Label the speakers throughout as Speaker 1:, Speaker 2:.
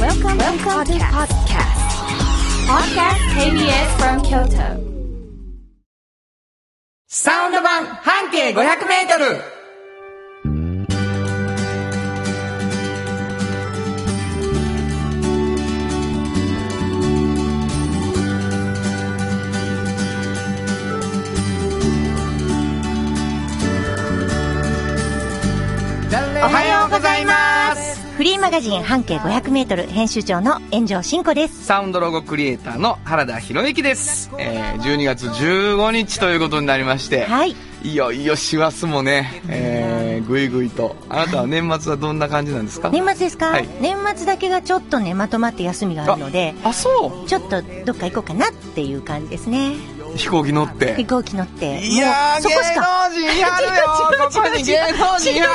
Speaker 1: Welcome, to the podcast. Podcast KBS from Kyoto.
Speaker 2: サウンド版半径500メートルおはようございます
Speaker 3: フリーマガジン半径 500m 編集長の炎上真子です
Speaker 2: サウンドロゴクリエイターの原田博之です、えー、12月15日ということになりまして、
Speaker 3: はい
Speaker 2: いよいよ師走もね、えー、ぐいぐいと。あなたは年末はどんな感じなんですか
Speaker 3: 年末ですか、
Speaker 2: はい
Speaker 3: 年末だけがちょっとねまとまって休みがあるので
Speaker 2: あ、そ
Speaker 3: ちょっとどっか行こうかなっていう感じですね
Speaker 2: う飛行機乗って。
Speaker 3: 飛行機乗って
Speaker 2: いや
Speaker 3: も
Speaker 2: ー、
Speaker 3: うそこしか
Speaker 2: 芸能人やるよここに芸能人やる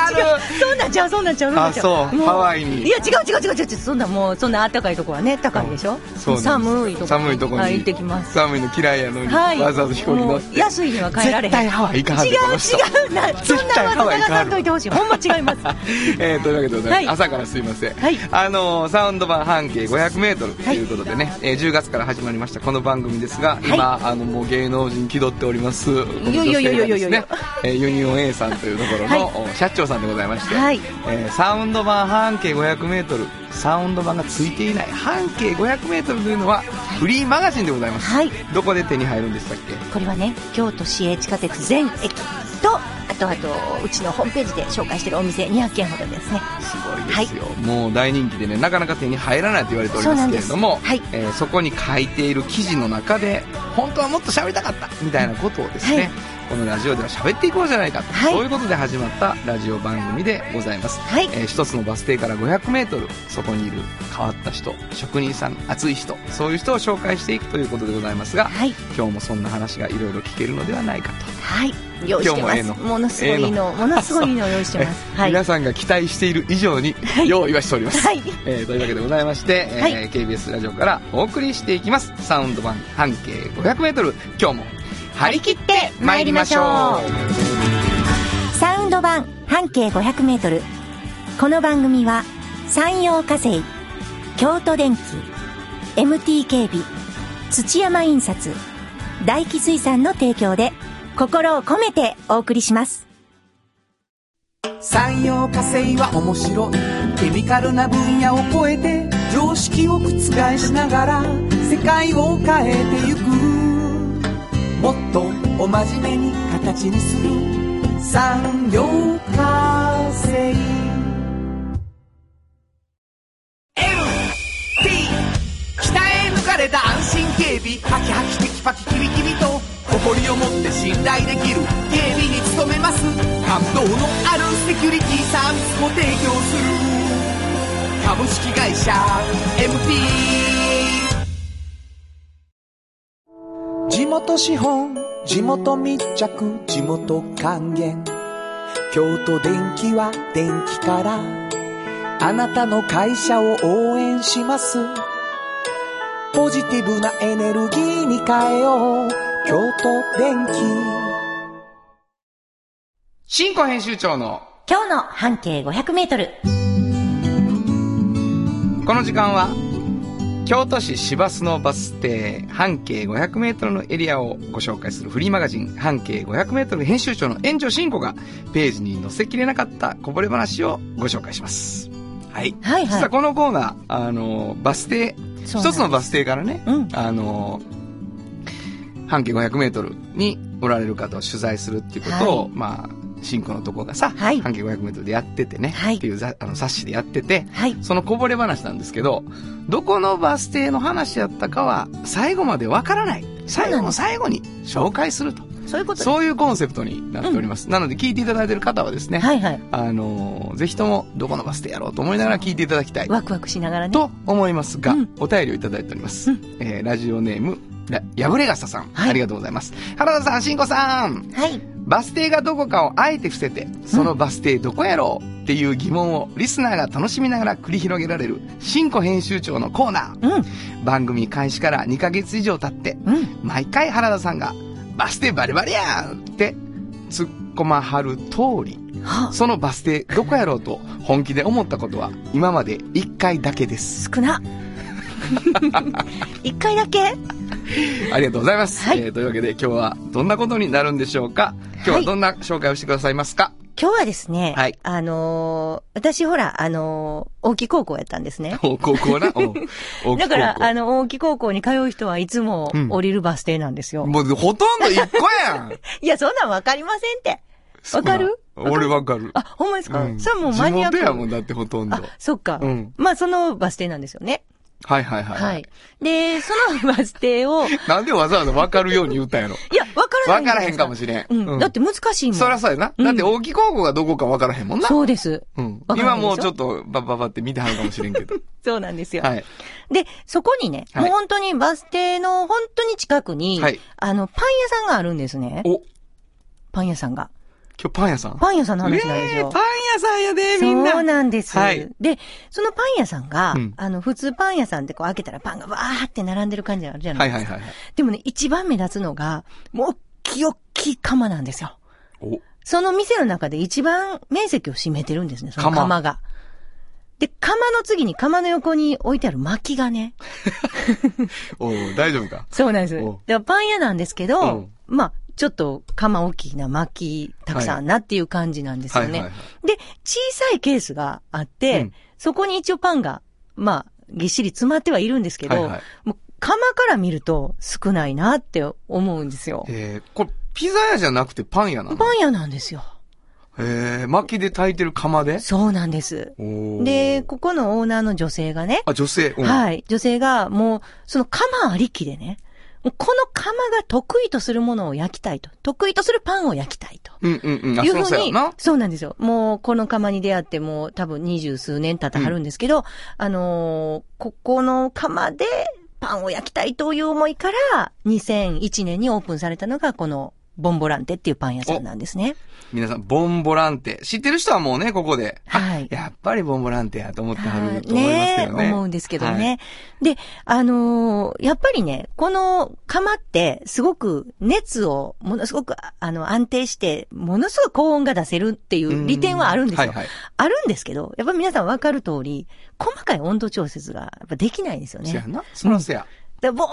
Speaker 3: そうなっちゃうそうなっちゃう
Speaker 2: あそう
Speaker 3: も
Speaker 2: ハワイに
Speaker 3: いや違う違う違う違うそんなもうそんな暖かいとこはね高いでしょ、
Speaker 2: そうなんです
Speaker 3: 寒いとこ
Speaker 2: 寒いとこに。
Speaker 3: はい行ってきます
Speaker 2: 寒いの嫌いやのに、
Speaker 3: はい
Speaker 2: わざわざ飛行機乗っ
Speaker 3: も
Speaker 2: て。
Speaker 3: う安いには帰られ
Speaker 2: 絶
Speaker 3: へん
Speaker 2: 対ハワイ行かは
Speaker 3: 違
Speaker 2: ん
Speaker 3: う
Speaker 2: でこの人
Speaker 3: 違うなそんなわざわざさんといてほしいほんま違います
Speaker 2: えーというわけでございます、
Speaker 3: はい
Speaker 2: 朝からすいません、
Speaker 3: はい
Speaker 2: あのーサウンド版半径 500m と
Speaker 3: はい
Speaker 2: いうことでね、えー10月から始まりましたこの番組ですが、今あのもう芸能人気取っておりますこの女
Speaker 3: いやいや
Speaker 2: 性
Speaker 3: い
Speaker 2: が
Speaker 3: やいや
Speaker 2: で
Speaker 3: い
Speaker 2: す
Speaker 3: や
Speaker 2: ねえーユニオン A さんというところの、お社長さんでございまして、
Speaker 3: はい
Speaker 2: えーサウンド版半径 500m サウンド版がついていない半径 500m というのはフリーマガジンでございます、
Speaker 3: はい
Speaker 2: どこで手に入るんでしたっけ
Speaker 3: これはね京都市営地下鉄全駅とあとあとうちのホームページで紹介してるお店200軒ほどですね
Speaker 2: すごいですよ、もう大人気でねなかなか手に入らないと言われておりますけれども
Speaker 3: そうなんですはい
Speaker 2: えーそこに書いている記事の中で本当はもっと喋りたかったみたいなことをですね、
Speaker 3: はい
Speaker 2: このラジオでは喋っていこうじゃないかと、
Speaker 3: はい
Speaker 2: そういうことで始まったラジオ番組でございます、
Speaker 3: はい
Speaker 2: えー一つのバス停から 500m そこにいる変わった人職人さん熱い人そういう人を紹介していくということでございますが、
Speaker 3: はい
Speaker 2: 今日もそんな話がいろいろ聞けるのではないかと
Speaker 3: はい用意してま
Speaker 2: 今日も
Speaker 3: す
Speaker 2: ええの
Speaker 3: ものすごいのものすごいのを用意してます
Speaker 2: え
Speaker 3: はい
Speaker 2: 皆さんが期待している以上に用意はしております、
Speaker 3: はい
Speaker 2: えーというわけでございまして、えー
Speaker 3: はい
Speaker 2: KBS ラジオからお送りしていきますサウンド版半径 500m 今日も張り切って参りましょう
Speaker 3: サウンド版半径 500m この番組は山陽火星京都電機 MT 警備土山印刷大気水産の提供で心を込めてお送りします
Speaker 4: 産業化成は面白いケミカルな分野を超えて常識を覆しながら世界を変えてゆくもっとお真面目に形にする産業化成 MT 鍛え抜かれた安心警備ハキハキテキパキキビキビと誇りを持って信頼できる警備に努めます感動のあるセキュリティサービスも提供する株式会社 MT 地元資本地元密着地元還元京都電気は電気からあなたの会社を応援しますポジティブなエネルギーに変えよう京都電気
Speaker 2: 新庫編集長の
Speaker 3: 今日の半径 500m
Speaker 2: この時間は京都市市バスのバス停半径 500m のエリアをご紹介するフリーマガジン半径 500m 編集長の園長慎吾がページに載せきれなかったこぼれ話をご紹介します。はい。
Speaker 3: はい
Speaker 2: 実はこのコーナー、あの、バス停、
Speaker 3: そうなんです
Speaker 2: 一つのバス停からね、
Speaker 3: うん
Speaker 2: あの、半径500メートルにおられる方を取材するっていうことを、
Speaker 3: はい
Speaker 2: まあ、シンコのとこがさ、
Speaker 3: はい
Speaker 2: 半径500メートルでやっててね、
Speaker 3: はい
Speaker 2: っていうざあの冊子でやってて、
Speaker 3: はい
Speaker 2: そのこぼれ話なんですけど、どこのバス停の話やったかは、最後までわからない。最後の最後に紹介すると。
Speaker 3: そういうこと
Speaker 2: そういうコンセプトになっております。なので、聞いていただいてる方はですね、
Speaker 3: はいはい
Speaker 2: あのーぜひともどこのバス停やろうと思いながら聞いていただきたい
Speaker 3: ワクワクしながらね
Speaker 2: と思いますが、
Speaker 3: うん
Speaker 2: お便りをいただいております。
Speaker 3: うん
Speaker 2: えーラジオネーム、ラやぶれがささん、
Speaker 3: はい
Speaker 2: ありがとうございます。原田さん、しんこさん、
Speaker 3: はい
Speaker 2: バス停がどこかをあえて伏せて、そのバス停どこやろうっていう疑問をリスナーが楽しみながら繰り広げられる、しんこ編集長のコーナー。
Speaker 3: うん
Speaker 2: 番組開始から2ヶ月以上経って、
Speaker 3: うん
Speaker 2: 毎回原田さんが、バス停バリバリやんって突っ込まはる通り、
Speaker 3: は
Speaker 2: そのバス停、どこやろうと本気で思ったことは、今まで1回だけです。
Speaker 3: 少 な一回だけ
Speaker 2: ありがとうございます。
Speaker 3: はい
Speaker 2: えーというわけで今日はどんなことになるんでしょうか今日はどんな紹介をしてくださいます か、
Speaker 3: 今日はですね、
Speaker 2: はい
Speaker 3: あのー私ほら、あのー、大木高校やったんですね。
Speaker 2: お高校な。おお
Speaker 3: だから、
Speaker 2: 高校
Speaker 3: あの、大木高校に通う人はいつも
Speaker 2: うん
Speaker 3: 降りるバス停なんですよ。
Speaker 2: もうほとんど1個やん
Speaker 3: いや、そんなんわかりませんって。 わかる
Speaker 2: そうなん俺わかる。
Speaker 3: あ、ほんまですか、
Speaker 2: うん
Speaker 3: それもうマニアック。
Speaker 2: 地元やもんだってほとんど
Speaker 3: あ。、そっか。
Speaker 2: うん
Speaker 3: まあ、そのバス停なんですよね。
Speaker 2: はいはいはい。
Speaker 3: はい。で、そのバス停を、い
Speaker 2: なんでわざわざわかるように言ったんやろ
Speaker 3: や、わからな
Speaker 2: わ
Speaker 3: い
Speaker 2: からへんかも
Speaker 3: し
Speaker 2: しれん。
Speaker 3: れうん。だって難しいもん。
Speaker 2: そらそうやな。
Speaker 3: うん
Speaker 2: だって大木高校がどこかわからへんもんな。
Speaker 3: そうです。
Speaker 2: うん
Speaker 3: わ。か
Speaker 2: 今
Speaker 3: らへんでしょ
Speaker 2: もうちょっとバババって見てはるかもしれんけ ど。
Speaker 3: そうなんですよ。
Speaker 2: はい。
Speaker 3: で、そこにね、
Speaker 2: はい
Speaker 3: もう本当にバス停の本当に近くに、
Speaker 2: はい
Speaker 3: あの、パン屋さんがあるんですね。
Speaker 2: お、今
Speaker 3: パン屋さんが。
Speaker 2: 日パン屋さん
Speaker 3: パン屋さんの話なんです
Speaker 2: ええ
Speaker 3: よ。
Speaker 2: パン屋さんやで、みんな。
Speaker 3: そうなんです、
Speaker 2: はい
Speaker 3: で、そのパン屋さんが、
Speaker 2: うん
Speaker 3: あの、普通パン屋さんってこう開けたらパンがわーって並んでる感じあるじゃな
Speaker 2: はいい
Speaker 3: ですか。
Speaker 2: はいはいはい。
Speaker 3: でもね、一番目立つのが、もう、きよっき釜なんですよ。
Speaker 2: お、
Speaker 3: その店の中で一番面積を占めてるんですね、その
Speaker 2: 釜
Speaker 3: 釜が。で、釜の次に釜の横に置いてある薪がね。
Speaker 2: おう大丈夫か。
Speaker 3: そうなんです
Speaker 2: おう。
Speaker 3: でパン屋なんですけど、
Speaker 2: うん
Speaker 3: まあ、ちょっと釜大きいな薪たくさんあんなっていう感じなんですよね。
Speaker 2: はいはいは
Speaker 3: で、小さいケースがあって、
Speaker 2: うん
Speaker 3: そこに一応パンが、まあ、ぎっしり詰まってはいるんですけど、
Speaker 2: はいはい
Speaker 3: もう釜から見ると少ないなって思うんですよ。
Speaker 2: えー、これ、ピザ屋じゃなくてパン屋なの
Speaker 3: パン屋なんですよ。
Speaker 2: えー、薪で炊いてる釜で
Speaker 3: そうなんです。
Speaker 2: おー
Speaker 3: で、、ここのオーナーの女性がね、
Speaker 2: あ、女性。うん、い。
Speaker 3: はい、女性がもう、その釜ありきでね、もうこの釜が得意とするものを焼きたいと。得意とするパンを焼きたいと。
Speaker 2: うんうんうん。あ、
Speaker 3: いう
Speaker 2: そう
Speaker 3: ふう
Speaker 2: そう
Speaker 3: に
Speaker 2: やな、。
Speaker 3: そうなんですよ。もう、この釜に出会ってもう多分二十数年経ってはるんですけど、あのーここの釜でパンを焼きたいという思いから、2001年にオープンされたのが、この、ボンボランテっていうパン屋さんなんですね。
Speaker 2: 皆さん、ボンボランテ。知ってる人はもうね、ここで。あ
Speaker 3: はい
Speaker 2: やっぱりボンボランテやと思っては
Speaker 3: は
Speaker 2: る
Speaker 3: い
Speaker 2: と思いますけ
Speaker 3: え
Speaker 2: どね。
Speaker 3: 思うんですけどね。で、あのーやっぱりね、この釜って、すごく熱を、ものすごく、あの、安定して、ものすごい高温が出せるってい
Speaker 2: はいう
Speaker 3: 利点はあるんですよ。
Speaker 2: はいはい。
Speaker 3: あるんですけど、やっぱり皆さんわかる通り、細かい温度調節がやっぱできないんですよ
Speaker 2: そや
Speaker 3: ね。
Speaker 2: な。そらそや。
Speaker 3: で、ボ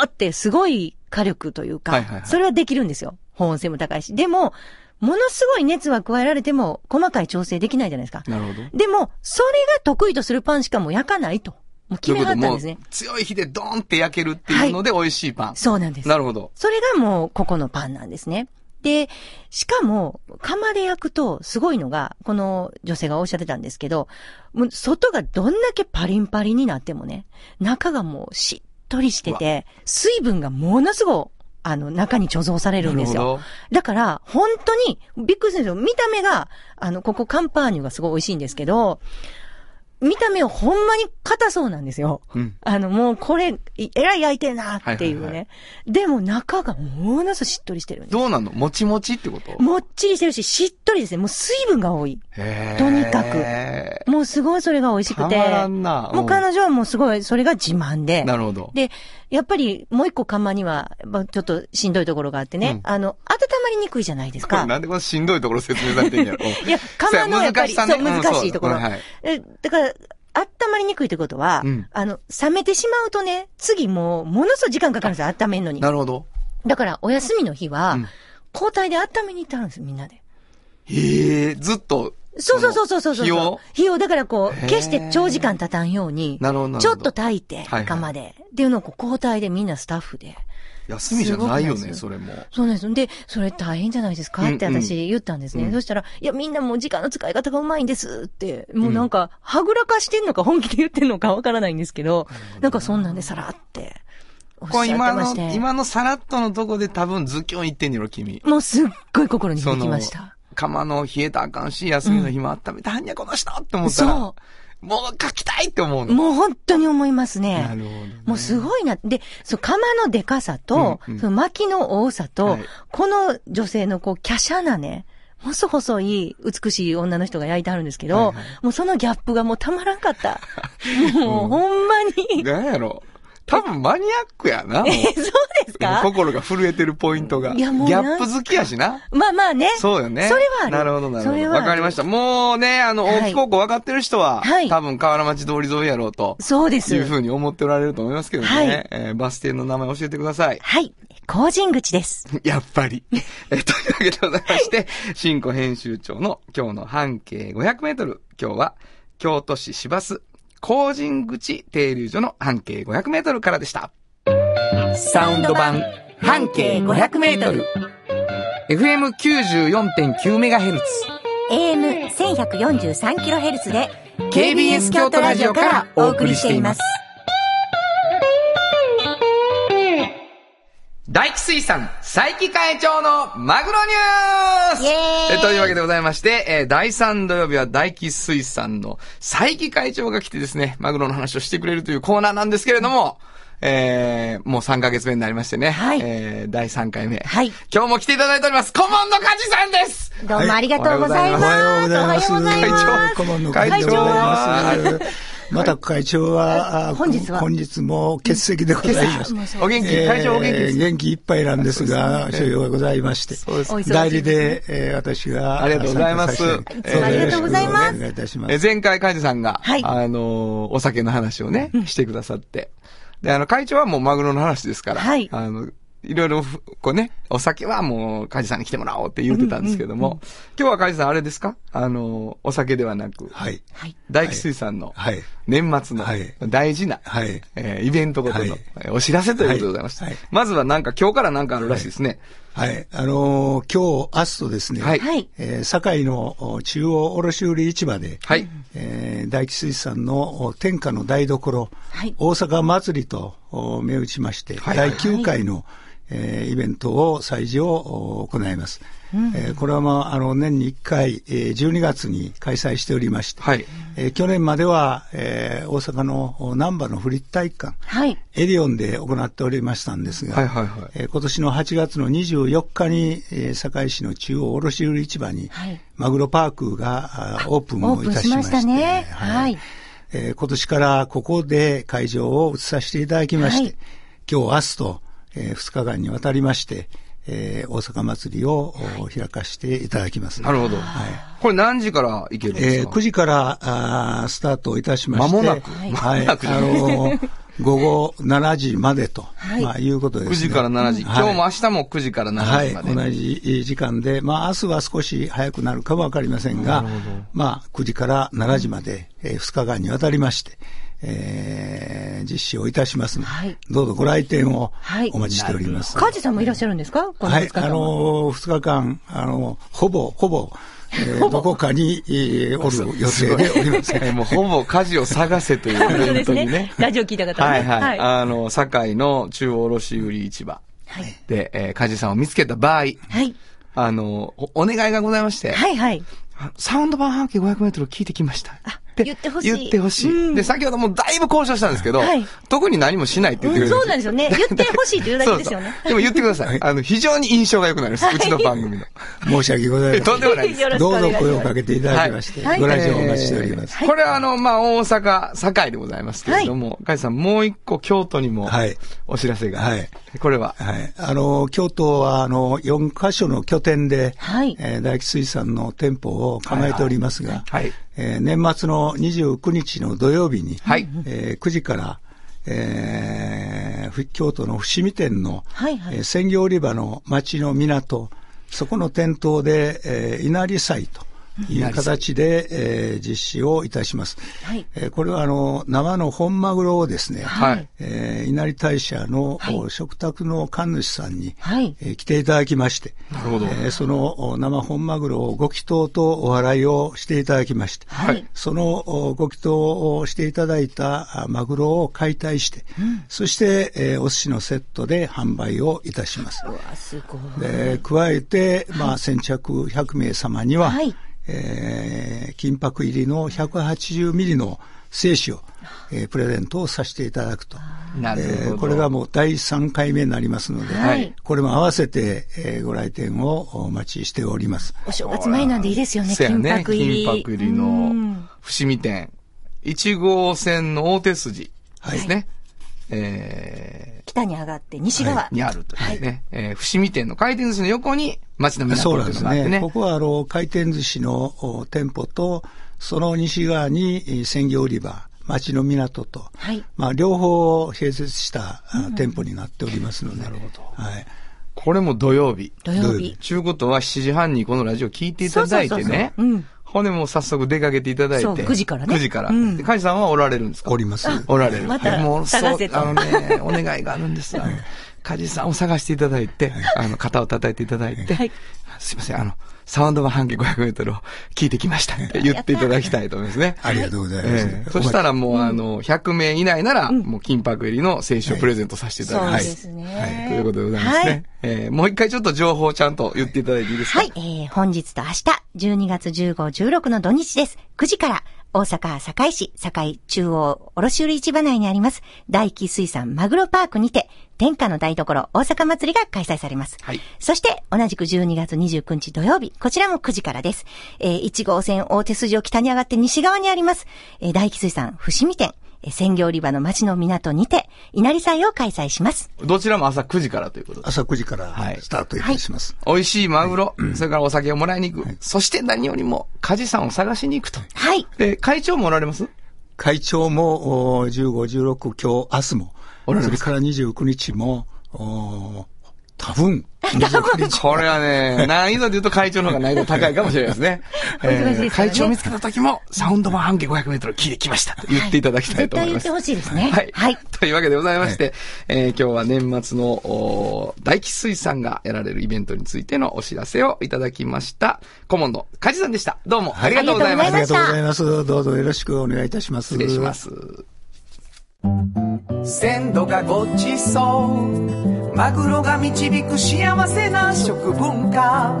Speaker 3: ーってすごい火力というか、
Speaker 2: はいはいはい
Speaker 3: それはできるんですよ。保温性も高いし。でも、ものすごい熱は加えられても、細かい調整できないじゃないですか。
Speaker 2: なるほど。
Speaker 3: でも、それが得意とするパンしかもう焼かないと。もう決
Speaker 2: という
Speaker 3: め
Speaker 2: こ
Speaker 3: は
Speaker 2: とでも
Speaker 3: ったんで
Speaker 2: う
Speaker 3: すね。
Speaker 2: 強い火でドーンって焼けるっていうので美味しいパン。
Speaker 3: そうなんです。
Speaker 2: なるほど。
Speaker 3: それがもう、ここのパンなんですね。で、しかも、釜で焼くと、すごいのが、この女性がおっしゃってたんですけど、もう外がどんだけパリンパリンになってもね、中がもうしっとりしてて、水分がものすごい、あの、中に貯蔵されるんです
Speaker 2: なる
Speaker 3: よ。
Speaker 2: ほど。
Speaker 3: だから、本当に、びっくりするんですよ。見た目が、あの、ここカンパーニュがすごい美味しいんですけど、見た目はほんまに硬そうなんですよ。
Speaker 2: うん。
Speaker 3: あの、もうこれ、いえらい焼いてんなっていう
Speaker 2: は
Speaker 3: ね。
Speaker 2: いはいは
Speaker 3: でも中がものすごいしっとりしてるんです。
Speaker 2: どうなのもちもちってこと
Speaker 3: もっちりしてるし、しっとりですね。もう水分が多い。と
Speaker 2: と
Speaker 3: にかくもうすごいそれが美味しく
Speaker 2: たま
Speaker 3: て。
Speaker 2: らんな。
Speaker 3: もう彼女はもうすごい、それが自慢で。
Speaker 2: なるほど。
Speaker 3: で、やっぱりもう一個釜には、まあちょっとしんどいところがあってね、
Speaker 2: う
Speaker 3: あの、温まりにくいじゃないです
Speaker 2: これ
Speaker 3: か。
Speaker 2: なんでこのしんどいところ説明されてんやろ
Speaker 3: いや、釜のやっぱり、
Speaker 2: そ
Speaker 3: そうう、
Speaker 2: や
Speaker 3: 難しいところ
Speaker 2: うん。そうはい
Speaker 3: えだから、温まりにくいってことは、
Speaker 2: うん
Speaker 3: あの、冷めてしまうとね、次もう、ものすごい時間かかるんですよ、温めるのに。
Speaker 2: なるほど。
Speaker 3: だから、お休みの日は、
Speaker 2: うん
Speaker 3: 交代で温めに行ってはるんですよ、みんなで。
Speaker 2: へえ、ずっと。
Speaker 3: そうそうそうそうそうそう。
Speaker 2: 日を
Speaker 3: 日を、だからこ
Speaker 2: へ
Speaker 3: う、
Speaker 2: ー
Speaker 3: 決して長時間経たんように、
Speaker 2: なるほどなるほど。
Speaker 3: ちょっと炊いて、
Speaker 2: はいはい
Speaker 3: 釜で、っていうのをこう交代でみんなスタッフで。
Speaker 2: 休みじゃないよ
Speaker 3: すごくな
Speaker 2: ね、
Speaker 3: いです
Speaker 2: それも。
Speaker 3: そうなんです。で、それ大変じゃないですかって
Speaker 2: うんうん
Speaker 3: 私言ったんですね。
Speaker 2: うん
Speaker 3: そしたら、いや、みんなもう時間の使い方がうまいんですって、もうなんか、はぐらかしてんのか本気で言ってんのかわからないんですけど、なんかそんなんでさらって、おっしゃ
Speaker 2: こ
Speaker 3: っ
Speaker 2: れ
Speaker 3: て
Speaker 2: 今
Speaker 3: まし
Speaker 2: の、
Speaker 3: て。
Speaker 2: 今のさらっとのとこで多分ズキョン言ってんやろ、君。
Speaker 3: もうすっごい心に響きました。
Speaker 2: 釜の冷えたらあかんし、休みの日も温めたはんや、この人って思ったら。
Speaker 3: そ
Speaker 2: もう書きたいって思う
Speaker 3: う。
Speaker 2: の。
Speaker 3: もう本当に思いますね。
Speaker 2: なるほどね。
Speaker 3: もうすごいな。で、そう、釜のデカさと、
Speaker 2: うんうん
Speaker 3: その薪の多さと、
Speaker 2: はい
Speaker 3: この女性のこう、華奢なね、細細い美しい女の人が焼いてあるんですけど、
Speaker 2: はいはい
Speaker 3: もうそのギャップがもうたまらんかった。もう、ほんまに。
Speaker 2: なんやろ。多分マニアックやな。もう
Speaker 3: え、そうですか
Speaker 2: 心が震えてるポイントが。
Speaker 3: いやもう
Speaker 2: ギ
Speaker 3: な
Speaker 2: ャ
Speaker 3: ん
Speaker 2: ップ好きやしな。
Speaker 3: まあまあね。
Speaker 2: そうよね。
Speaker 3: それはある
Speaker 2: なるほど、なる
Speaker 3: そ
Speaker 2: ほ
Speaker 3: れ
Speaker 2: ど。
Speaker 3: はある
Speaker 2: わかりました。もうね、あの、
Speaker 3: はい
Speaker 2: 大木高校分かってる人は、
Speaker 3: はい
Speaker 2: 多分河原町通り沿いやろうと、
Speaker 3: そうです。
Speaker 2: いうふうに思っておられると思いますけどね。
Speaker 3: はい
Speaker 2: えーバス停の名前教えてください。
Speaker 3: はい。工人口です。
Speaker 2: やっぱ り。えーというわけでございまして、新庫編集長の今日の半径500メートル。今日は、京都市市バス、工人口停留所の半径500メートルからでした。
Speaker 3: サウンド版半径500メートル。
Speaker 2: FM94.9 メガヘルツ。
Speaker 3: AM1143kHz で
Speaker 2: KBS 京都ラジオからお送りしています。大気水産、佐伯会長のマグロニュース
Speaker 3: イエーイ
Speaker 2: えというわけでございまして、えー第3土曜日は大気水産の佐伯会長が来てですね、マグロの話をしてくれるというコーナーなんですけれども、えー、もう3ヶ月目になりましてね。
Speaker 3: はい
Speaker 2: えー、第3回目。
Speaker 3: はい
Speaker 2: 今日も来ていただいております、顧問の梶さんです
Speaker 3: どうもありがとうございます。
Speaker 5: おはようございます。
Speaker 3: おはようござい
Speaker 2: 会
Speaker 3: ま
Speaker 2: 長
Speaker 5: 顧問の
Speaker 2: 会
Speaker 5: 会
Speaker 2: 長
Speaker 5: 長でございます。また会長は、あ
Speaker 3: 本日は
Speaker 5: 本日も欠席でございます。
Speaker 3: す。
Speaker 2: お元気、会長お元気
Speaker 5: え
Speaker 2: で
Speaker 5: ー
Speaker 2: す。
Speaker 5: 元気いっぱいなんですが、所用がございまして
Speaker 2: そうです
Speaker 3: お忙しい、
Speaker 5: 代理で、えー私が、
Speaker 2: ありがとうございます
Speaker 5: 参加させて
Speaker 2: えーありがとうござい
Speaker 3: ます
Speaker 5: お願いいたしま
Speaker 2: え
Speaker 5: す。
Speaker 2: 前回、カイジさんが、
Speaker 3: はい
Speaker 2: あのー、お酒の話をね、してくださって。で、あの、会長はもうマグロの話ですから、
Speaker 3: はい
Speaker 2: あの、いろいろふ、こうね、お酒はもう、カイジさんに来てもらおうって言ってたんですけども、今日はカイジさんあれですかあのー、お酒ではなく、
Speaker 5: はい。
Speaker 3: はい。
Speaker 2: 大吉水産の、
Speaker 5: はい。
Speaker 2: 年末の
Speaker 5: はい
Speaker 2: 大事な、
Speaker 5: はい
Speaker 2: えーイベントごとの、
Speaker 5: はい
Speaker 2: えーお知らせということでございました。
Speaker 5: はいはい
Speaker 2: まずはなんか今日からなんかあるらしいですね。
Speaker 5: はい。あのー今日、明日とですね、
Speaker 2: はい
Speaker 3: はい。
Speaker 5: えー堺のお中央卸売市場で、
Speaker 2: はい。
Speaker 5: えー大吉水産のお天下の台所、
Speaker 3: はい
Speaker 5: 大阪祭りとお銘打ちまして、
Speaker 2: はいはい
Speaker 5: 第9回の、えーイベントを、催事をお行います。えーこれは、まあ、あの、年に1回、えー12月に開催しておりまして、
Speaker 2: はい
Speaker 5: えー去年までは、えー大阪のお難波のフリッ体育館、
Speaker 3: はい。
Speaker 5: エリオンで行っておりましたんですが、
Speaker 2: はいはいはい
Speaker 5: えー今年の8月の24日に、えー堺市の中央卸売市場に、
Speaker 3: はい
Speaker 5: マグロパークがあーオープンをいたしま
Speaker 3: オープン
Speaker 5: して
Speaker 3: しましたねはい
Speaker 5: えー今年からここで会場を移させていただきまして、
Speaker 3: はい
Speaker 5: 今日明日と、え2日間にわたりまして、えー大阪祭りを、お開かせていただきます。
Speaker 2: なるほど。これ何時から行けるんです
Speaker 5: えー
Speaker 2: か、
Speaker 5: 9時からあースタートいたしまして。
Speaker 2: 間もなく
Speaker 5: は
Speaker 2: 間も
Speaker 5: い。
Speaker 2: なく
Speaker 5: あの ー午後7時までと、
Speaker 3: はい
Speaker 5: い、まあいうことです、
Speaker 2: 9
Speaker 5: ね。
Speaker 2: 時から7時。今
Speaker 5: はい
Speaker 2: 日も明日も9時から
Speaker 5: は
Speaker 2: 7時
Speaker 5: い、
Speaker 2: まで。
Speaker 5: 同じ時間で、まあ、明日は少し早くなるかもわかりませんが、まあ、9時から7時まで、え2日間にわたりまして、えー実施をいたしますので、
Speaker 3: はい
Speaker 5: どうぞご来店を
Speaker 3: はい
Speaker 5: お待ちしております。
Speaker 3: カジさんもいらっしゃるんですかこの
Speaker 5: はい
Speaker 3: 二、日間
Speaker 5: あのー、2日間、あのーほぼ、ほぼ、えーどこかに、えーおる予定でお ります。
Speaker 2: えーもうほぼ家事を探せという
Speaker 3: 本当
Speaker 2: イベ
Speaker 3: で
Speaker 2: ン
Speaker 3: す
Speaker 2: トに
Speaker 3: ね
Speaker 2: ね。。
Speaker 3: ラジオ聞いた方は
Speaker 2: は
Speaker 3: ね
Speaker 2: いはい。
Speaker 3: はい。
Speaker 2: あの、堺の中央卸売市場
Speaker 3: はい。
Speaker 2: で、えー、家事さんを見つけた場合、
Speaker 3: はい。
Speaker 2: あの、おお願いがございまして、
Speaker 3: はいはい。
Speaker 2: サウンド版半径500メートル聞いてきました。で
Speaker 3: 言ってほしい
Speaker 2: 言ってほしい、
Speaker 3: うん
Speaker 2: で、先ほどもだいぶ交渉したんですけど、
Speaker 3: はい
Speaker 2: 特に何もしないって言ってくれる
Speaker 3: うんそうなんですよ ね言ってほしいって言うだけですよね
Speaker 2: そうそうでも言ってください。あの、非常に印象が良くなります。うちの番 組の。
Speaker 5: 申し訳ございま せ
Speaker 2: とん
Speaker 5: ん。
Speaker 2: でもないです。
Speaker 3: よろしく
Speaker 5: ど
Speaker 3: お
Speaker 5: う
Speaker 3: 願いし
Speaker 5: ぞ
Speaker 3: ます。
Speaker 5: 声をかけていただきまして、
Speaker 3: はい
Speaker 5: ご来場をお待ちしております。
Speaker 2: これはあの、まあ、大阪、堺でございますけれども、カイさん、もう一個京都にも
Speaker 5: はい、
Speaker 2: お知らせが。
Speaker 5: はい
Speaker 2: これは、
Speaker 5: はい。あの、京都は、あの、4カ所の拠点で、
Speaker 3: はい
Speaker 5: えー大吉水産の店舗を構えておりますが、
Speaker 2: はいはい
Speaker 5: えー年末の29日の土曜日に、
Speaker 2: はい
Speaker 5: えー9時から、えーふ京都の伏見店の、
Speaker 3: はいはい
Speaker 5: えー鮮魚売り場の町の港、そこの店頭で、えー稲荷祭という形で、えー実施をいたします。
Speaker 3: はい
Speaker 5: えーこれは、あの、生の本マグロをですね、
Speaker 2: はい。
Speaker 5: えー稲荷大社の、
Speaker 3: はい
Speaker 5: お食卓の神主さんに、
Speaker 3: はい
Speaker 5: えー来ていただきまして、
Speaker 2: なるほど
Speaker 5: えーそのお生本マグロをご祈祷とお祓いをしていただきまして、
Speaker 3: はい
Speaker 5: そのおご祈祷をしていただいたあマグロを解体して、そして、えーお寿司のセットで販売をいたします。
Speaker 3: うわ、すごい。
Speaker 5: で加えて、まあ、先着100名様には、
Speaker 3: はい
Speaker 5: えー金箔入りの180ミリの精子を、えープレゼントをさせていただくと。
Speaker 2: なるほ
Speaker 5: え
Speaker 2: ど。
Speaker 5: ーこれがもう第3回目になりますので、
Speaker 3: はい
Speaker 5: これも合わせて、えーご来店をお待ちしております。
Speaker 3: お正月前なんでいいですよね、
Speaker 2: せや
Speaker 3: 金
Speaker 2: ね、
Speaker 3: 箔入り。
Speaker 2: 金箔入り
Speaker 3: う
Speaker 2: の
Speaker 3: ん、
Speaker 2: 伏見店、1号線の大手筋ですね。え
Speaker 3: 北に上がって西
Speaker 2: ー
Speaker 3: 側。
Speaker 2: はいにあるというね、えー伏見店の回転寿司の横に町の港
Speaker 5: そ
Speaker 2: とい
Speaker 5: うなん
Speaker 2: う
Speaker 5: で
Speaker 2: の
Speaker 5: す
Speaker 2: があって
Speaker 5: ね。
Speaker 2: ね。
Speaker 5: ここは、あの、回転寿司のお店舗と、その西側にえー鮮魚売り場、町の港と、
Speaker 3: はい
Speaker 5: まあ、両方を併設した、あ店舗になっておりますので。なるほど。はい。
Speaker 2: これも土曜日。
Speaker 3: 土曜
Speaker 5: 土曜
Speaker 3: 日
Speaker 5: 日。
Speaker 2: ちゅうことは7時半にこのラジオ聞いていただいて
Speaker 3: そうそうそう
Speaker 2: ね
Speaker 3: そううん。
Speaker 2: ほんでもう早速出かけていただいて。
Speaker 3: そう9時からね
Speaker 2: 9時から。
Speaker 3: うん
Speaker 2: で、カイさんはおられるんですか
Speaker 5: おります。
Speaker 2: おられる。
Speaker 3: また
Speaker 2: もう、そ
Speaker 3: 探
Speaker 2: う
Speaker 3: せ、と
Speaker 2: あのね、お願いがあるんですが、カジさんを探していただいて、あの、肩を叩いていただいて、
Speaker 3: はい
Speaker 2: すいません、あの、サウンドは半径500メートルを聞いてきましたって言っていただきたいと思いますね。
Speaker 5: ありがとうございます。
Speaker 2: ええそしたらもう、あの、100名以内なら、もう金箔入りの選手をプレゼントさせていただき
Speaker 3: そう
Speaker 2: ま。
Speaker 3: ですすね。
Speaker 2: ということでございますね。
Speaker 3: はい
Speaker 2: えーもう一回ちょっと情報をちゃんと言っていただいていいですか
Speaker 3: はい、えー、本日と明日、12月15、16の土日です。9時から、大阪堺市堺中央卸売市場内にあります、大気水産マグロパークにて、天下の台所大阪祭りが開催されます。
Speaker 2: はい
Speaker 3: そして、同じく12月29日土曜日、こちらも9時からです。えー、1号線大手筋を北に上がって西側にあります、えー、大気水産伏見店、えー鮮魚売り場の町の港にて、稲荷祭を開催します。
Speaker 2: どちらも朝9時からということです。
Speaker 5: 朝9時から
Speaker 2: はい
Speaker 5: スタートいたします。
Speaker 2: 美味しいマグロ、それからお酒をもらいに行く。そして何よりも、カジさんを探しに行くと。
Speaker 3: はい。
Speaker 2: で、会長もおられます
Speaker 5: 会長もお15、16、今日、明日も
Speaker 2: あら、ら
Speaker 5: それから29日も、お多分、29 日。
Speaker 2: これはね、 難易度で言うと会長の方が難易度高いかもしれないですね。
Speaker 3: 難しいですよね
Speaker 2: 会長を見つけた時も、サウンド版半径500メートル聞いてきましたと言っていただきたいと思います。
Speaker 3: はい絶対言ってほしいですね
Speaker 2: はい。
Speaker 3: はい
Speaker 2: というわけでございまして、えー今日は年末のおー大吉水産がやられるイベントについてのお知らせをいただきました。顧問の梶さんでした。どうもありがとうございま
Speaker 5: あ
Speaker 2: し
Speaker 5: り
Speaker 2: た。
Speaker 5: がとうございます。どうぞよろしくお願いいたします。
Speaker 2: 失礼します。
Speaker 4: 鮮度がごちそうマグロが導く幸せな食文化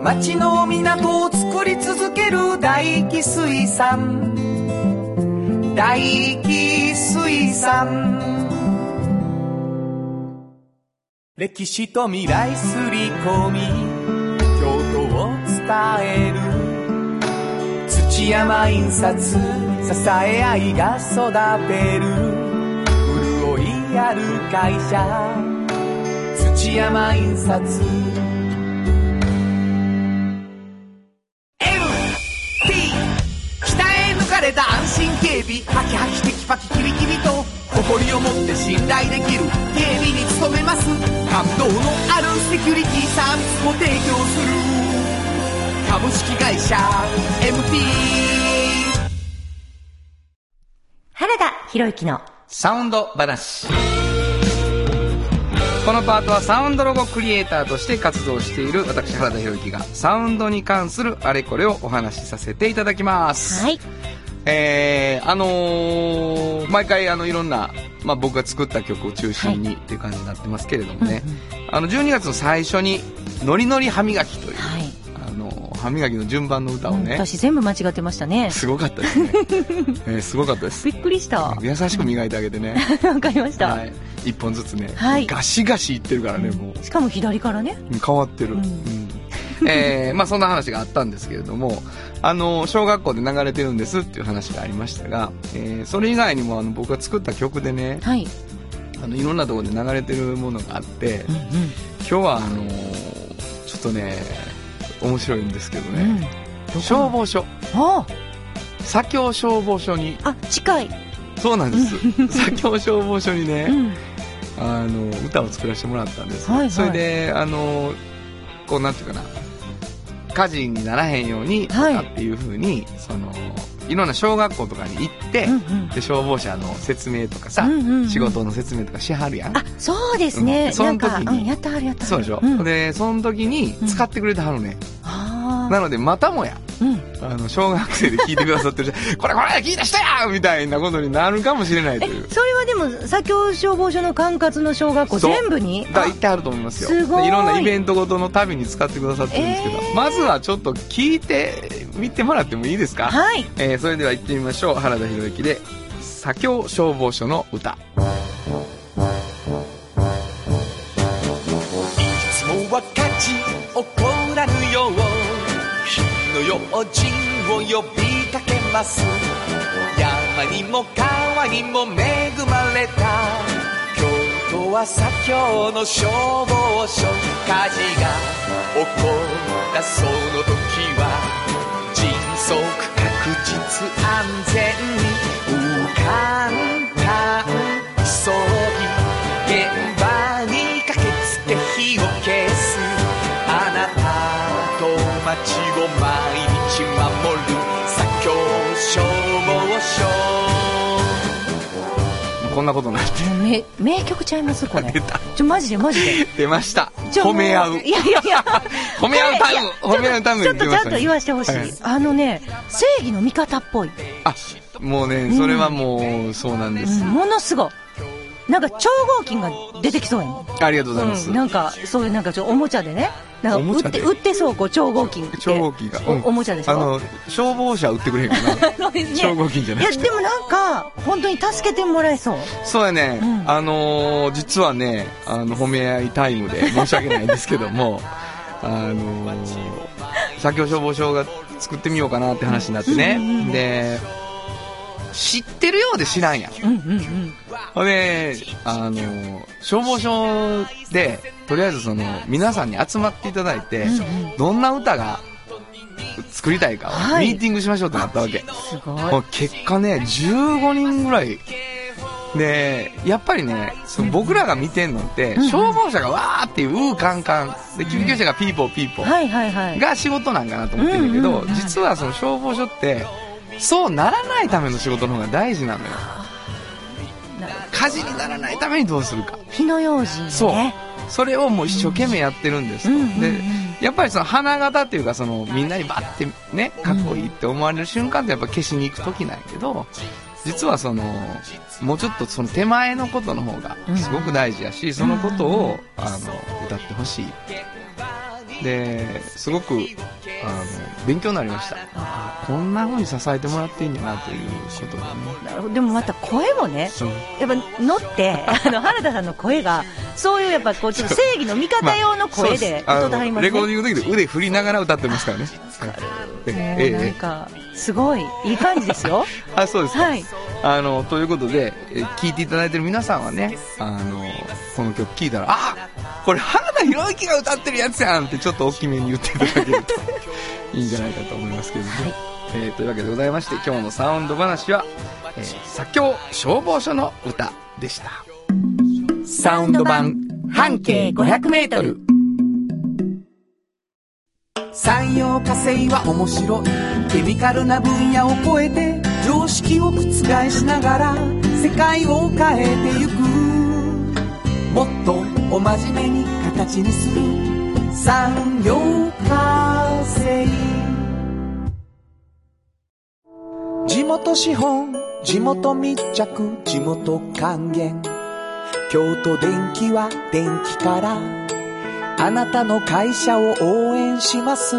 Speaker 4: 町の港を作り続ける大気水産大気水産歴史と未来すり込み京都を伝える土山印刷支え合いが育てる潤いある会社土山印刷 MT 北へ抜かれた安心警備ハキハキテキパキキビキビと誇りを持って信頼できる警備に努めます感動のあるセキュリティサービスも提供する株式会社 MT
Speaker 3: 原田博之の
Speaker 2: サウンド話。このパートはサウンドロゴクリエイターとして活動している私原田博之がサウンドに関するあれこれをお話しさせていただきます。
Speaker 3: はい。
Speaker 2: えー、あのー毎回あのいろんな、まあ、僕が作った曲を中心にっていう感じになってますけれどもね、あの12月の最初に「ノリノリ歯磨き」という、
Speaker 3: はい。
Speaker 2: あのー歯磨きの順番の歌をね、
Speaker 3: 私全部間違ってましたね。
Speaker 2: すごかったですね、 えーすごかったです
Speaker 3: びっく りした。わ
Speaker 2: 優しく磨いてあげて ね、
Speaker 3: かりました。
Speaker 2: はい、1本ずつね、
Speaker 3: はい
Speaker 2: ガシガシいってるからねもう
Speaker 3: しかも左からね。
Speaker 2: 変わってる、
Speaker 3: うん
Speaker 2: うんえーまあ、そんな話があったんですけれどもあの小学校で流れてるんですっていう話がありましたが、えーそれ以外にもあの僕が作った曲でね
Speaker 3: はい。
Speaker 2: あのいろんなところで流れてるものがあって
Speaker 3: うん
Speaker 2: 今日はあのーちょっとね面白いんですけど
Speaker 3: うん。うん
Speaker 2: ね、。消防署
Speaker 3: あ
Speaker 2: 左京消防署に
Speaker 3: あ、あ、近い。
Speaker 2: そうなんです 左京消防署にね、
Speaker 3: うん。
Speaker 2: あの歌を作らせてもらったんです、
Speaker 3: はいはい
Speaker 2: それであのこうなんていうかな火事にならへんようにと
Speaker 3: はい
Speaker 2: かっていうふうに、い、そのいろんな小学校とかに行って、
Speaker 3: うんうん。
Speaker 2: で消防車の説明とかさ、
Speaker 3: うんうんうん
Speaker 2: 仕事の説明とかしはるやん
Speaker 3: あ、そうですね。
Speaker 2: うんその時に
Speaker 3: なんか、うん、やったはるやったは
Speaker 2: そ
Speaker 3: る。
Speaker 2: うでしょ、
Speaker 3: うん、
Speaker 2: でその時に使ってくれてはるね、
Speaker 3: ああ。
Speaker 2: なのでまたもや
Speaker 3: うん。
Speaker 2: あの小学生で聞いてくださってる人これこれ聞いた人やみたいなことになるかもしれないと
Speaker 3: え
Speaker 2: いう、
Speaker 3: それはでも、左京消防署の管轄の小学校
Speaker 2: そう
Speaker 3: 全部に
Speaker 2: だ言ってあると思いますよ
Speaker 3: すごい
Speaker 2: でろんなイベントごとのたびに使ってくださってるんですけど、
Speaker 3: えー
Speaker 2: まずはちょっと聞いてみてもらってもいいですか、
Speaker 3: あはい。
Speaker 2: えーそれでは行ってみましょう原田博之で「左京消防署の歌
Speaker 4: いつもは勝ち怒らぬよう火の用心を呼びかけます山にも川にも恵まれた京都は左京の消防署火事が起こったその時は迅速確実安全に浮かんだ急ぎ現場に駆けつけ火を消すあなたと街を毎日守る左京消防署
Speaker 2: こんなことになって
Speaker 6: 名名曲ちゃいます これちょマジでマジで
Speaker 2: 出ました
Speaker 6: ちょ
Speaker 2: 褒め合う
Speaker 6: もいやいやいや
Speaker 2: 褒め合うタイム
Speaker 6: これ
Speaker 2: 褒め合うタイム
Speaker 6: ちょっとち
Speaker 2: 出ま
Speaker 6: ゃ
Speaker 2: し
Speaker 6: ん
Speaker 2: たね
Speaker 6: と言わしてほしい、
Speaker 2: はい
Speaker 6: あのね正義の味方っぽい、
Speaker 2: あもうねそれはもうそうなんです、
Speaker 6: うんものすごいなんか超合金が出てきそうやもん
Speaker 2: ありがとうございます、
Speaker 6: うん、なんかそういうなんかちょっとおもちゃでねな
Speaker 2: お
Speaker 6: ん
Speaker 2: も
Speaker 6: か
Speaker 2: ち
Speaker 6: 売
Speaker 2: ゃ
Speaker 6: って
Speaker 2: で
Speaker 6: 売ってそうこう超合金って
Speaker 2: 超合金が、
Speaker 6: お
Speaker 2: うん
Speaker 6: おもちゃでしょ
Speaker 2: あ の消防車売ってくれへんかな
Speaker 6: そうですね
Speaker 2: 超合金じゃない
Speaker 6: いやでもなんか本当に助けてもらえそう
Speaker 2: そうやね、
Speaker 6: うん
Speaker 2: あのー実はねあの褒め合いタイ ムで申し訳ないんですけどもあのー左京消防署が作ってみようかなって話になってね、で知ってるようで知らんやん
Speaker 6: うんうんうん
Speaker 2: ほんで、あの、消防署で、とりあえずその、皆さんに集まっていただいて、どんな歌が作りたいかを、
Speaker 6: はい
Speaker 2: ミーティングしましょうとなったわけ。
Speaker 6: すごい
Speaker 2: もう結果ね、15人ぐらい。で、やっぱりね、その僕らが見てんのって、消防車がわーっていう、うーカンカン。で、救急車がピーポーピーポー。
Speaker 6: はいはいはい
Speaker 2: が仕事なんかなと思ってるけ
Speaker 6: うん
Speaker 2: ど、
Speaker 6: うんうん
Speaker 2: 実はその消防署って、そうならないための仕事の方が大事なのよ。
Speaker 6: な
Speaker 2: 火事にならないためにどうするか。
Speaker 6: 火の用心ね
Speaker 2: そう。それをもう一生懸命やってるんですと。
Speaker 6: うんうんうん
Speaker 2: で、やっぱりその花形っていうか、そのみんなにバッてね、かっこいいって思われる瞬間ってやっぱ消しに行く時なんやけど、実はその、もうちょっとその手前のことの方がすごく大事やし、そのことを、あの、歌ってほしい。で、すごく、あの、勉強になりました。あこんな風に支えてもらっていいんだなということがね。
Speaker 6: なるほどでもまた声もねやっぱ乗 ってあの原田さんの声がそういうやっぱこうちょっと正義の味
Speaker 2: ま
Speaker 6: 方
Speaker 2: あ
Speaker 6: 用の声で歌ってはります
Speaker 2: レコーデ
Speaker 6: ね
Speaker 2: ィングの時で腕振りながら歌ってますからね。え
Speaker 6: も
Speaker 2: え
Speaker 6: うなん
Speaker 2: え
Speaker 6: かすごいいい感じですよ
Speaker 2: えあ、そうですか。
Speaker 6: はい
Speaker 2: あの、ということで、え聞いていただいてる皆さんはね、あの、この曲聞いたら、あこれ原田博之が歌ってるやつやんってちょっと大きめに言っていただけるといいんじゃないかと思いますけどね。えーというわけでございまして、今日のサウンド話は、えー、左京消防署の歌でした。サウンド版半径500メートル。
Speaker 4: 産業化成は面白いケミカルな分野を超えて常識を覆しながら世界を変えてゆくもっとお真面目に形にする産業化成地元資本地元密着地元還元京都電気は電気からあなたの会社を応援します。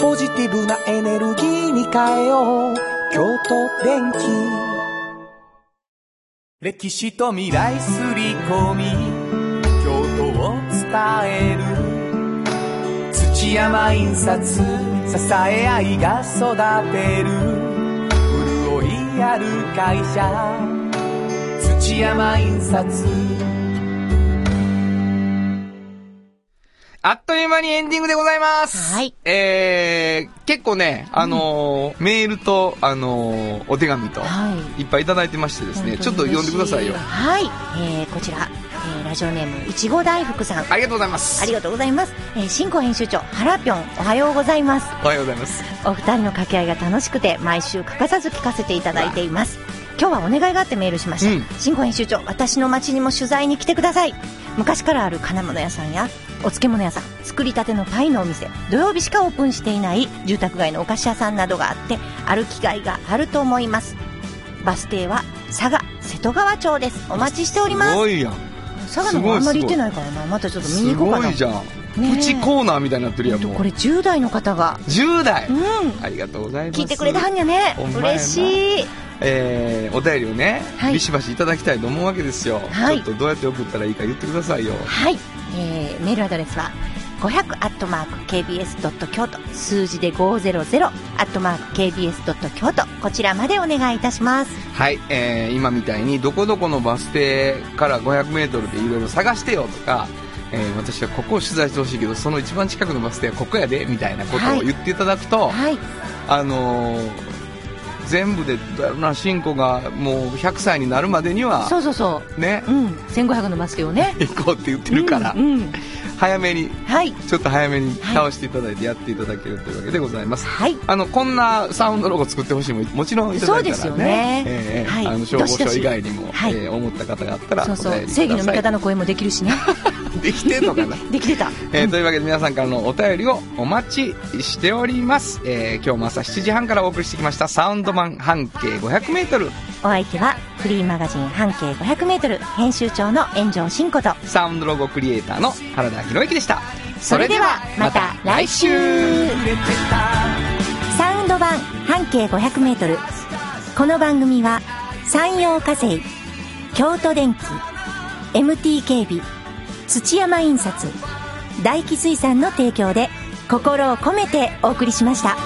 Speaker 4: ポジティブなエネルギーに変えよう。京都電気。歴史と未来すり込み、京都を伝える。土山印刷、支え合いが育てる。潤いある会社、土山印刷。
Speaker 2: あっという間にエンディングでございます。
Speaker 6: はい。
Speaker 2: えー、結構ね、あのーメールと、あのーお手紙と、
Speaker 6: はい
Speaker 2: いっぱいいただいてましてですね、ちょっと読んでくださいよ。
Speaker 3: はい、えーこちら、えーラジオネームいちご大福さん
Speaker 2: ありがとうございます。
Speaker 3: ありがとうございます、えー、新庫編集長原ぴょんおはようございます
Speaker 2: おはようございます。
Speaker 3: お二人の掛け合いが楽しくて毎週欠かさず聞かせていただいています今日はお願いがあってメールしました、
Speaker 2: うん
Speaker 3: 新庫編集長私の町にも取材に来てください昔からある金物屋さんやお漬物屋さん作りたてのパイのお店土曜日しかオープンしていない住宅街のお菓子屋さんなどがあって歩きがいがあると思いますバス停は佐賀瀬戸川町ですお待ちしております
Speaker 2: ごいやん。
Speaker 3: 佐賀の方あんまり行ってないからなまたちょっと見
Speaker 2: す
Speaker 3: に行こうか
Speaker 2: ご
Speaker 3: ない
Speaker 2: じゃん。
Speaker 3: ねえ
Speaker 2: プチコーナーみたいになってるやん、もう。
Speaker 3: これ10代の方が
Speaker 2: 10代、
Speaker 3: うん
Speaker 2: ありがとうございます。
Speaker 3: 聞いてくれたはんやね
Speaker 2: ほんまやな
Speaker 3: 嬉しい
Speaker 2: えー、お便りをね、
Speaker 3: はい
Speaker 2: ビシバシいただきたいと思うわけですよ。
Speaker 3: はい
Speaker 2: ちょっとどうやって送ったらいいか言ってくださいよ。
Speaker 3: はい、えーメールアドレスは
Speaker 6: 500アットマーク KBS ドット京都数字で500アットマーク KBS ドット京都こちらまでお願いいたします
Speaker 2: はい、えー今みたいにどこどこのバス停から 500m でいろいろ探してよとか、えー私はここを取材してほしいけどその一番近くのバス停はここやでみたいなことを言っていただくと、
Speaker 6: はい
Speaker 2: あのー全部でどうやろな新子がもう100歳になるまでには
Speaker 6: そうそうそ
Speaker 2: ね
Speaker 6: ううん1500のバスケをね
Speaker 2: 行こうって言ってるから、
Speaker 6: うんうん
Speaker 2: 早めに
Speaker 6: はい
Speaker 2: ちょっと早めに倒していただいてやっていただけるというわけでございます、
Speaker 6: はい
Speaker 2: あのこんなサウンドロゴ作ってほしいももちろんいただいたら、ね、
Speaker 6: そうですよね
Speaker 2: ええ
Speaker 6: はい
Speaker 2: あの消
Speaker 6: ど
Speaker 2: 防
Speaker 6: しど
Speaker 2: 署
Speaker 6: し
Speaker 2: 以外にも、
Speaker 6: はい
Speaker 2: ええ思った方があったら
Speaker 6: そうそう
Speaker 2: お便りくださ
Speaker 6: 正
Speaker 2: い
Speaker 6: 義の味方の声もできるしね
Speaker 2: できてんの かな
Speaker 6: できてた
Speaker 2: えーというわけで皆さんからのお便りをお待ちしております、えー今日も朝7時半からお送りしてきましたサウンドマン半径 500m
Speaker 6: お相手はフリーマガジン半径 500m 編集長の炎上真子と
Speaker 2: サウンドロゴクリエイターの原田博之でした
Speaker 6: それではまた来週
Speaker 3: サウンド版半径 500m この番組は山陽火星京都電機 MT 警備土山印刷大気水産の提供で心を込めてお送りしました。